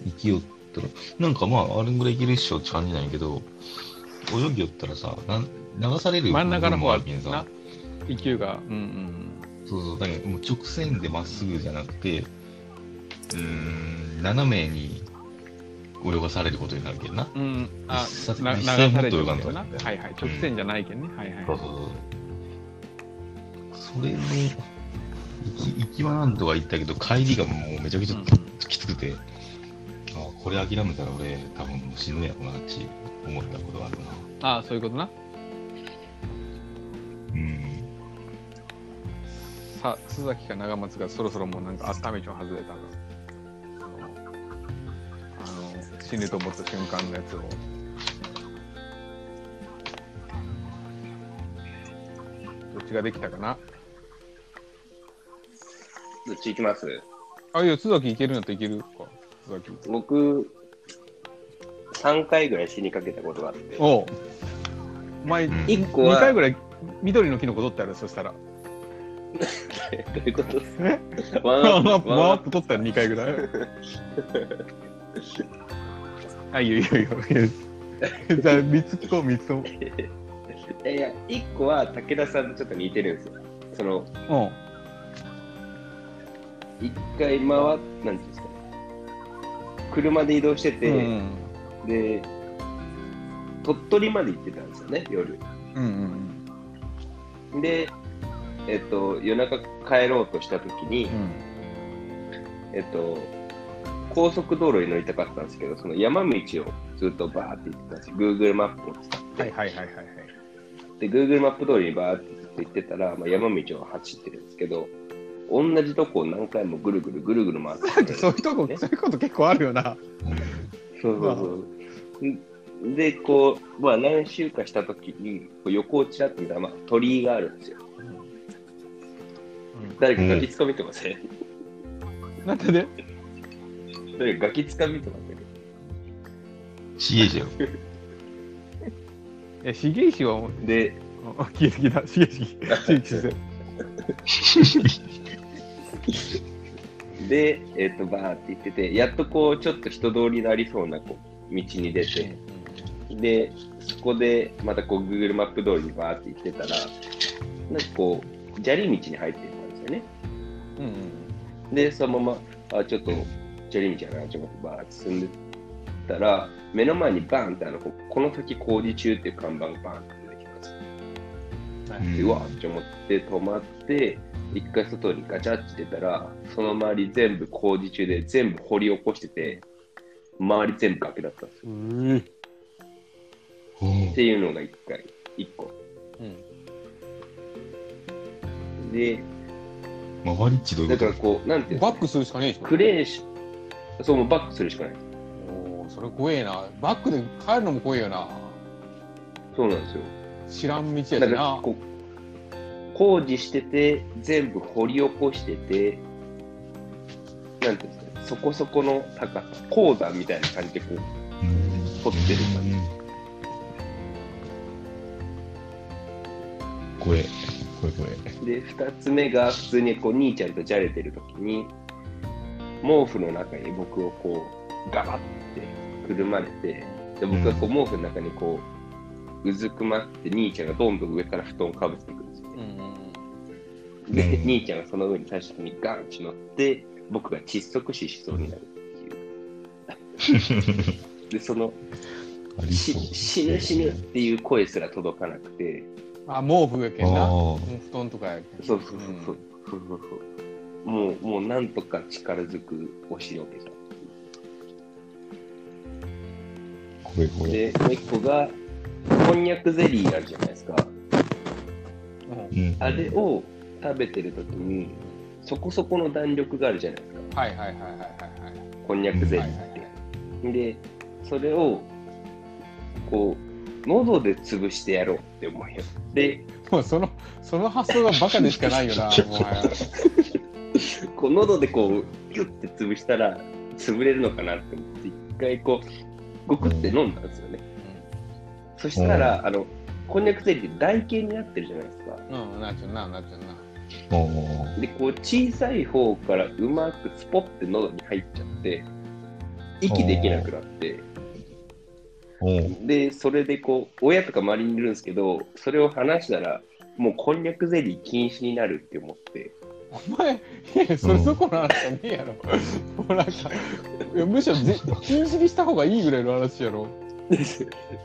Speaker 1: 生きよったら、なんかまあ、あれぐらいいけるっしょって感じなんやけど、泳ぎよったらさ、なん流される
Speaker 2: 真ん中の方
Speaker 1: もあ
Speaker 2: は
Speaker 1: るけん
Speaker 2: な
Speaker 1: さ、
Speaker 2: 勢いがうん
Speaker 1: そうそう、だけどもう直線でまっすぐじゃなくて、うーん、斜めに泳がされることになるけどな。
Speaker 2: うんうんあ
Speaker 1: 実際
Speaker 2: な流
Speaker 1: 実
Speaker 2: さ
Speaker 1: 際もっ
Speaker 2: れて
Speaker 1: と
Speaker 2: る
Speaker 1: 泳
Speaker 2: か
Speaker 1: がんと
Speaker 2: ら
Speaker 1: ね
Speaker 2: なはいはい直線じゃないけんね、はいはい
Speaker 1: そうそうそう。それの、行き行きはなんとか行ったけど、帰りがもうめちゃくちゃきつくて、あこれ諦めたら俺、多分もう死ぬやろなって思ったことがあるな。
Speaker 2: ああそういうことな
Speaker 1: うん。
Speaker 2: さあ須崎か長松がそろそろもうなんか温めちゃうはずれたのあの死ぬと思った瞬間のやつをどっちができたかな
Speaker 3: どっち行きます
Speaker 2: あいや須崎いけるんだったらいけるか須崎
Speaker 3: 僕、3回ぐらい死にかけたことがあって、
Speaker 2: おう前
Speaker 1: うん
Speaker 3: 1個
Speaker 2: 2
Speaker 3: は、
Speaker 2: 回ぐ
Speaker 3: ど
Speaker 2: らい緑のキノコ取ってあるそしたら
Speaker 3: ういうことです
Speaker 2: え
Speaker 3: ワン
Speaker 2: [laughs] ワ
Speaker 3: ア
Speaker 2: ン
Speaker 3: ッ
Speaker 2: アッ
Speaker 3: プ、
Speaker 2: プ
Speaker 3: ワ
Speaker 2: ワン
Speaker 3: ン
Speaker 2: ア
Speaker 3: ア
Speaker 2: ッ
Speaker 3: ッ
Speaker 2: プ取ったら2回ぐらい
Speaker 3: [laughs]
Speaker 2: あいいよいいよいい [laughs] よじゃあ3つ聞こう3つとも
Speaker 3: プ。いやいや、1個は武田さんとちょっと似てるんですよ。その、
Speaker 2: うん
Speaker 3: 1回回っ、なんていうんですか、車で移動してて、
Speaker 2: うん
Speaker 3: で、鳥取まで行ってたんですよね、夜。
Speaker 2: うんうん
Speaker 3: で、えっと、夜中帰ろうとしたときに、
Speaker 2: うん
Speaker 3: えっと、高速道路に乗りたかったんですけど、その山道をずっとバーって行ってたんですよ。Google マップを使って。
Speaker 2: はいはいはい
Speaker 3: [laughs]
Speaker 2: はいはい。
Speaker 3: で、Google マップ通りにバーってずっと行ってたら、まあ、山道を走ってるんですけど、同じとこを何回もぐるぐるぐるぐる回ってくるんで
Speaker 2: [laughs]
Speaker 3: す
Speaker 2: そう
Speaker 3: よ
Speaker 2: いうとこ、
Speaker 3: ね
Speaker 2: そういうこと結構あるよな。
Speaker 3: そうそうそう。で、こう、まあ、何週かしたときに、こう横をちらっと見たら、まあ、鳥居があるんですよ。誰かガキつかみてません、
Speaker 2: なんでね。
Speaker 3: 誰かガキつかみてません
Speaker 1: 知恵じゃよ。
Speaker 2: え、重石はもう、
Speaker 3: で、
Speaker 2: あ消えてきた。重
Speaker 3: [laughs]
Speaker 2: 石、重石先
Speaker 3: で、えっ、と、バーって行ってて、やっとこう、ちょっと人通りのありそうなこう道に出て、で、そこで、またこう、Google マップ通りにバーって行ってたら、なんかこう、砂利道に入っていったんですよね。
Speaker 2: 生。うん。
Speaker 3: で、そのまま、あ、ちょっと、砂利道やな、ちょっとバーって進んでったら、目の前にバーンってあの、こうこの先工事中っていう看板がバーンって出てきたんですよ。
Speaker 1: うん
Speaker 3: [laughs] うわーって思って止まって一回外にガチャって出たらその周り全部工事中で全部掘り起こしてて周り全部崖だったんですよ
Speaker 2: うん。
Speaker 1: うん
Speaker 3: っていうのが一回一個で
Speaker 1: 周りっちどうい
Speaker 3: だ
Speaker 1: うこ
Speaker 3: か
Speaker 1: と
Speaker 3: らこう、なんていうの
Speaker 2: バックするしかねえでしょ。
Speaker 3: クレーンし、そう、もうバックするしかない。
Speaker 2: おーそれ怖えな。バックで帰るのも怖えよな。
Speaker 3: そうなんですよ。
Speaker 2: 知らん道やし
Speaker 3: だから
Speaker 2: な。
Speaker 3: こう、工事してて、全部掘り起こしてて、なんていうんですかね、そこそこの高さ、鉱山みたいな感じでこう、
Speaker 1: うん
Speaker 3: 凝ってる感じ
Speaker 1: これ、これこれ。
Speaker 3: [laughs] で、二つ目が普通にこう兄ちゃんとじゃれてる時に、毛布の中に僕をこう、ガバってくるまれて、で、僕がこう毛布の中にこう、うずくまって兄ちゃんがどんどん上から布団をかぶせてくるんですよ
Speaker 2: う
Speaker 3: ね。
Speaker 2: ん
Speaker 3: で、
Speaker 1: うん
Speaker 3: 兄ちゃんがその上に最終的にガンチ乗って、僕が窒息死しそうになるっていう。で、その、
Speaker 1: あり
Speaker 3: し
Speaker 1: そう。
Speaker 3: 死ぬ死ぬっていう声すら届かなくて、
Speaker 2: あ、毛布やけんな。
Speaker 1: あ
Speaker 2: も
Speaker 1: ー
Speaker 2: う布団とかやけん。
Speaker 3: そうそうそうそう、そうそうそうもう、もうなんとか力ずく押しのけた。
Speaker 1: これこれ。
Speaker 3: で、もう一個が、こんにゃくゼリーあるじゃないですか。
Speaker 2: うん
Speaker 1: うん
Speaker 3: あれを食べてるときに、そこそこの弾力があるじゃないですか。
Speaker 2: はいはいはいはいはいはい。
Speaker 3: こんにゃくゼリ
Speaker 2: はい
Speaker 3: ー
Speaker 2: は
Speaker 3: っ
Speaker 2: い
Speaker 3: て
Speaker 2: はい。
Speaker 3: で、それを、こう、喉で潰してやろうって思うよ。で、
Speaker 2: もう [laughs] その、その発想がバカでしかないよな、もはや。
Speaker 3: こう喉でこう、ギュッて潰したら、潰れるのかなって思って、一回こう、ごくって飲んだんですよね。そしたら、あの、こんにゃくゼリーって台形になってるじゃないですか。
Speaker 2: うん、うんなっちゃうな、なっちゃうな。
Speaker 1: おー
Speaker 3: で、こう小さい方からうまくスポッて喉に入っちゃって、息できなくなって、
Speaker 1: おー
Speaker 3: で、それでこう、親とか周りにいるんですけど、それを話したら、もうこんにゃくゼリー禁止になるって思って、
Speaker 2: お前、いや、それそこの話じゃねえやろ。もうなんか、いやむしろぜ禁止にした方がいいぐらいの話やろ。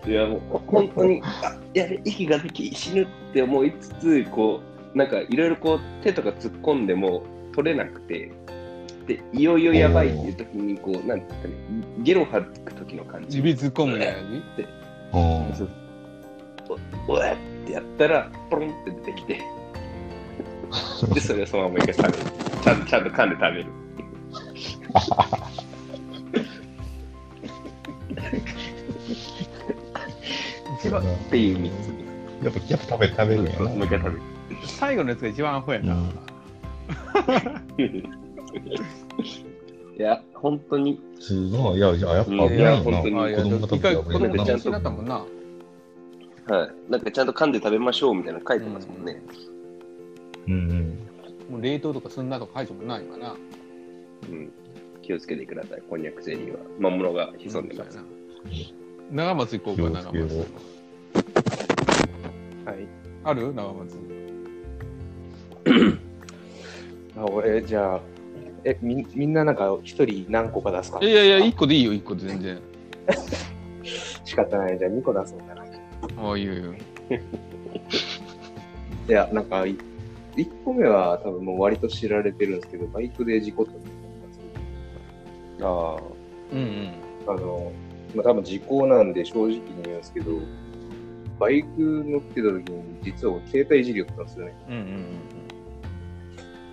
Speaker 3: いやもう本当に、あやべ、息ができ、死ぬって思いつつ、こう、なんかいろいろこう、手とか突っ込んでも取れなくて、で、いよいよやばいっていう時に、こう、なんていうんですかね、ゲロ吐く時の感じ。
Speaker 2: 指突っ込むね。
Speaker 1: おー
Speaker 3: そうおえってやったら、ポロンって出てきて、で、それをそのまま一回食べる。ちゃんちゃんと噛んで食べる。
Speaker 1: そうだなや
Speaker 3: っていう3つに。
Speaker 1: っぱ、やっぱ食べ、食べるんやな。
Speaker 3: もう一回食
Speaker 2: 最後のやつが一番アホやな。
Speaker 1: うん
Speaker 3: べる。いや、本当に、
Speaker 1: すごい。いや、いや、やっぱ危ないよ
Speaker 3: いや
Speaker 1: な。
Speaker 3: 本当に
Speaker 2: あいや
Speaker 1: 子供が食
Speaker 2: 一
Speaker 1: べ
Speaker 2: 回
Speaker 1: たら
Speaker 2: 子
Speaker 1: 危な
Speaker 2: 供
Speaker 1: いよ
Speaker 2: が禁
Speaker 1: な
Speaker 2: 止になったもんな。
Speaker 3: はい。なんかちゃんと噛んで食べましょうみたいなの書いてますもんね。
Speaker 1: うんうん。
Speaker 2: もう冷凍とかすんなとか書いてもないわな。
Speaker 3: うん。気をつけてください、こんにゃくゼリーは。魔物が潜んでます。
Speaker 2: 長松行こうか、長
Speaker 1: 気をつけよ
Speaker 2: 松。
Speaker 6: はい。
Speaker 2: ある長松。
Speaker 6: あ俺、じゃあ、え、みみんななんか一人何個か出すか
Speaker 2: いやいや、一個でいいよ、一個で全然。
Speaker 6: 仕方ない。じゃあ2個出そうかな。い
Speaker 2: ああ、いいよいいよ。
Speaker 6: や、なんか、い1個目は多分もう割と知られてるんですけど、バイクで事故ったんですよ
Speaker 3: ああ。
Speaker 2: うんうん。
Speaker 6: あの、まあ、多分時効なんで正直に言うんですけど、バイク乗ってた時に実は俺携帯いじりよったんですよね。
Speaker 2: うんうんうん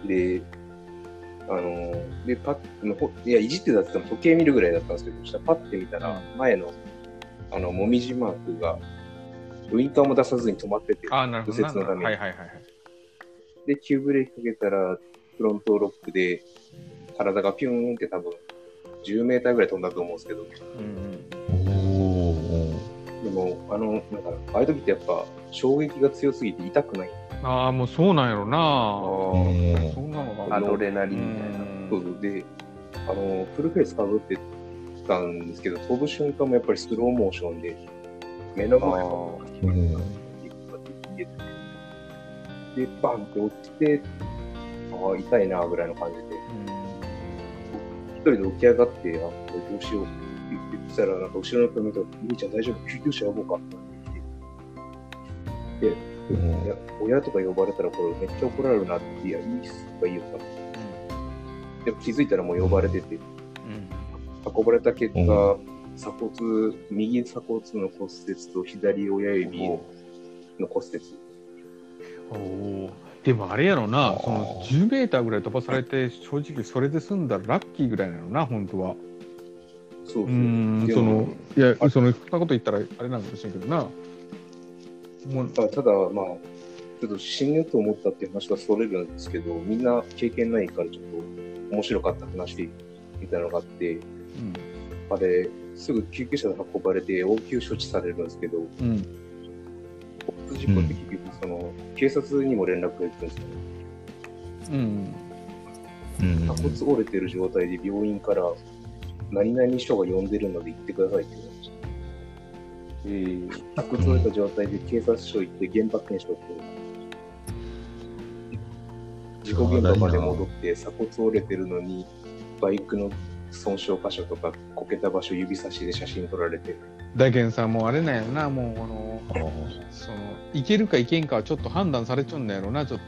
Speaker 6: で、あの、で、パッまあほいや、いじってたって言っても時計見るぐらいだったんですけど、そしたらパッて見たら、前の、あの、もみじマークが、ウインカーも出さずに止まってて、
Speaker 2: ああ、なるほどな。
Speaker 6: 右折のために
Speaker 2: はいはいはいはい。
Speaker 6: で、急ブレーキかけたら、フロントロックで、体がピューンって多分、10メーターぐらい飛んだと思うんですけど、
Speaker 2: うん
Speaker 1: おーお
Speaker 6: でも、あの、なんか、ああいう時ってやっぱ、衝撃が強すぎて痛くない。
Speaker 2: うん、ああ、もうそうなんやろな。
Speaker 1: ーお
Speaker 2: そ
Speaker 1: ー
Speaker 2: んなのが
Speaker 3: ア
Speaker 6: あ
Speaker 2: ある
Speaker 6: の
Speaker 3: ドレナ
Speaker 2: う
Speaker 3: リンみたいな。
Speaker 2: ん
Speaker 6: そうそうで、あの、フルフェイスかぶってたんですけど、飛ぶ瞬間もやっぱりスローモーションで、目の前を
Speaker 3: あ
Speaker 1: うん
Speaker 6: で、バンって落ちて、ああ、痛いな、ぐらいの感じで、一人で起き上がって、あ、これどうしようって言ってたら、なんか後ろの人見たら、兄ちゃん大丈夫救急車呼ぼうかって言って。で、いや親とか呼ばれたらこれめっちゃ怒られるなって、いや、いいっすとか言いよったのでも気づいたらもう呼ばれてて、運ばれた結果、
Speaker 1: う
Speaker 6: 鎖骨、右鎖骨の骨折と左親
Speaker 3: ー
Speaker 6: 指の骨
Speaker 2: うん
Speaker 6: 折。
Speaker 2: うんおーでもあれやろな、
Speaker 1: ー
Speaker 2: その10メーターぐらい飛ばされて、正直それで済んだらラッキーぐらいなのな、本当は。
Speaker 3: そう
Speaker 2: うーん、その、いや、その、そんなこと言ったらあれなのかもしれんけどな。もう、
Speaker 6: ただ、ただまあ、ちょっと死ぬと思ったっていう話がそれるんですけど、みんな経験ないから、ちょっと面白かった話みたいなのがあって、
Speaker 2: うん、
Speaker 6: あれ、すぐ救急車で運ばれて応急処置されるんですけど、
Speaker 2: うん、
Speaker 6: 交通事故って結局、その、警察にも連絡が行くんですよね。
Speaker 2: うん、
Speaker 1: うん
Speaker 6: 鎖骨折れてる状態で病院から、何々署が呼んでるので行ってくださいって言われました。鎖骨折れた状態で警察署行って現場検証って事故現場まで戻って鎖骨折れてるのにバイクの損傷箇所とかこけた場所指差しで写真撮られて
Speaker 2: 大健さんもうあれなんやろな、もう、この、
Speaker 1: あー
Speaker 2: その、いけるかいけんかはちょっと判断されちゃうんだやろな、ちょっ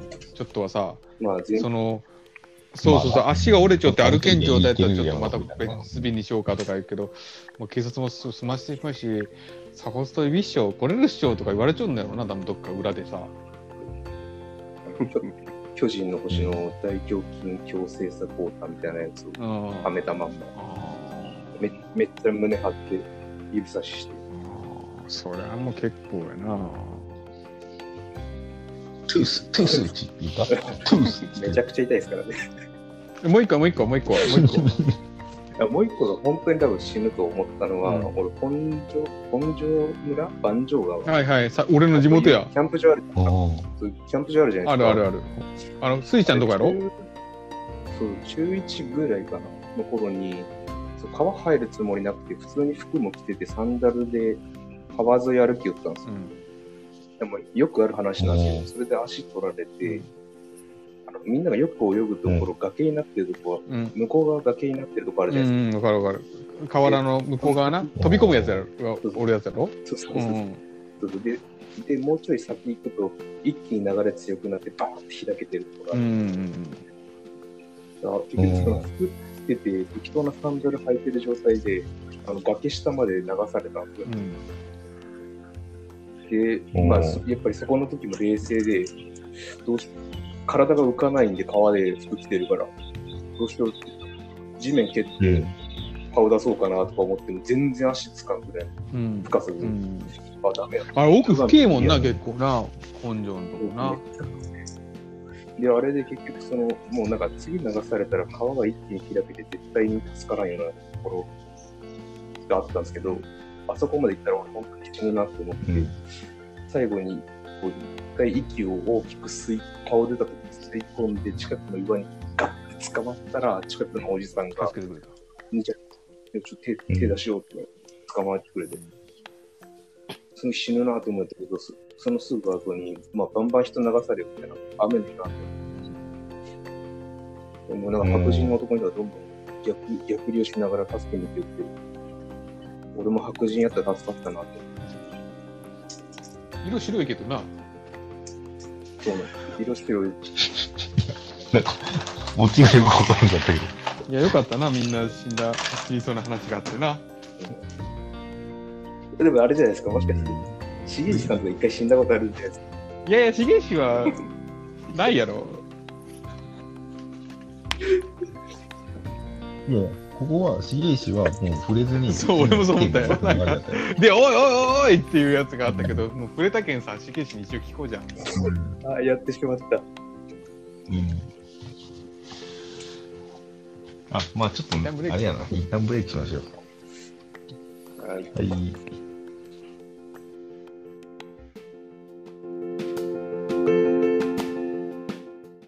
Speaker 2: と。ちょっとはさ、
Speaker 6: まあ全
Speaker 2: その、そうそうそう、足が折れちゃって歩けん状態だったら、ちょっとまた
Speaker 1: いけるやろ
Speaker 2: 別日にしようかとか言うけど、もう警察もす済ましてしまうし、鎖骨と指っしょ、これるっしょとか言われちゃうんだよな、多分どっか裏でさ。
Speaker 6: 巨人の星の大胸筋強制サポーターみたいなやつを
Speaker 2: うん。
Speaker 6: はめたまんまめめっちゃ胸張って指差しして
Speaker 2: そりゃもう結構やな。
Speaker 1: トゥース、トゥースって言ったトゥースって
Speaker 6: め
Speaker 1: 言っ
Speaker 6: ち
Speaker 1: た
Speaker 6: ゃくちゃ痛いですからね
Speaker 2: もう一個、もう一個、もう一個、もう一個。
Speaker 6: [laughs] いやもう一個が本当に多分死ぬと思ったのは、
Speaker 2: うん
Speaker 6: 俺本庄本庄村万丈
Speaker 2: [laughs]
Speaker 6: 川
Speaker 2: はいはい、さ俺の地元や。
Speaker 6: キャンプ場ある
Speaker 1: あー
Speaker 6: キャンプ場あるじゃな
Speaker 2: あ
Speaker 6: いで
Speaker 2: る
Speaker 6: すか
Speaker 2: あるある。あの、スイちゃんとこやろ
Speaker 6: 中そう中1ぐらいかなの頃にそう川入るつもりなくて普通に服も着ててサンダルで川沿い歩きよったんですよ、
Speaker 2: うん。
Speaker 6: でもよくある話なんですけ
Speaker 1: う
Speaker 6: どそれで足取られて、あのみんながよく泳ぐところ、崖になってるとこは
Speaker 2: うん。
Speaker 6: 向こう側崖になってるとこある
Speaker 2: う
Speaker 6: じゃないで
Speaker 2: ん、わかるわかる。河原の向こう側な、飛び込むやつやろ、
Speaker 6: そうそう
Speaker 2: 俺やつやろ。
Speaker 6: すか、そう
Speaker 2: う。
Speaker 6: そうそうんそうででもうちょい先行くと一気に流れ強くなってバーンって開けてると
Speaker 2: う
Speaker 6: ころがある
Speaker 2: ん。
Speaker 6: あ結局その服着てて適当なサンダル履いてる状態であの崖下まで流されたんですよ
Speaker 2: うん。
Speaker 6: で、
Speaker 1: うん
Speaker 6: まあ、そやっぱりそこの時も冷静でどうし体が浮かないんで川で服着てるからどうしよう地面蹴って
Speaker 1: うん
Speaker 6: 顔出そうかなとか思っても全然足つかんぐらい
Speaker 2: うん。
Speaker 6: 深さで、
Speaker 2: うん
Speaker 6: あダメや
Speaker 2: あれ、奥深えもんな、結構な。根性のとこな。
Speaker 6: で、あれで結局その、もうなんか次流されたら川が一気に開けて絶対につかないようなところがあったんですけど、あそこまで行ったら俺本当に死ぬなって思って、
Speaker 1: うん
Speaker 6: 最後にこう一回息を大きく吸い、顔出た時に吸い込んで近くの岩にガッて捕まったら、近くのおじさんが、
Speaker 2: 助けてくれた。
Speaker 6: 兄ちゃん、ちょっと手手出しようって捕まえてくれて、その死ぬなと思ったけど、そそのすぐ後に、まあ、バンバン人流されるみたいな、雨の日があって、でもなんか白人の男にはどんどん逆逆流しながら助けに行ってって、俺も白人やったら助かったなって、
Speaker 2: 色白いけどな。
Speaker 6: そうね、色してる
Speaker 1: なんか、オチがよくわからんかったけど。
Speaker 2: いや、よかったな、みんな死んだ、死にそうな話があってな。
Speaker 6: でもあれじゃないですか、もしかして、重治さんとか一回死んだことあるんじゃないですか。
Speaker 2: いやいや、重石は、ないやろ。
Speaker 1: いや、ここは、重石はもう触れずに。
Speaker 2: そう俺もそう思ったよ
Speaker 1: 手に入れた流れだったよ
Speaker 2: で、おいおいおいおいっていうやつがあったけど、もう触れたけんさ、重石に一応聞こうじゃん。
Speaker 1: うん
Speaker 6: ああ、やってしまった。
Speaker 1: うんあ、まあちょっと、あれやな、一旦ブレイクしましょう。はい。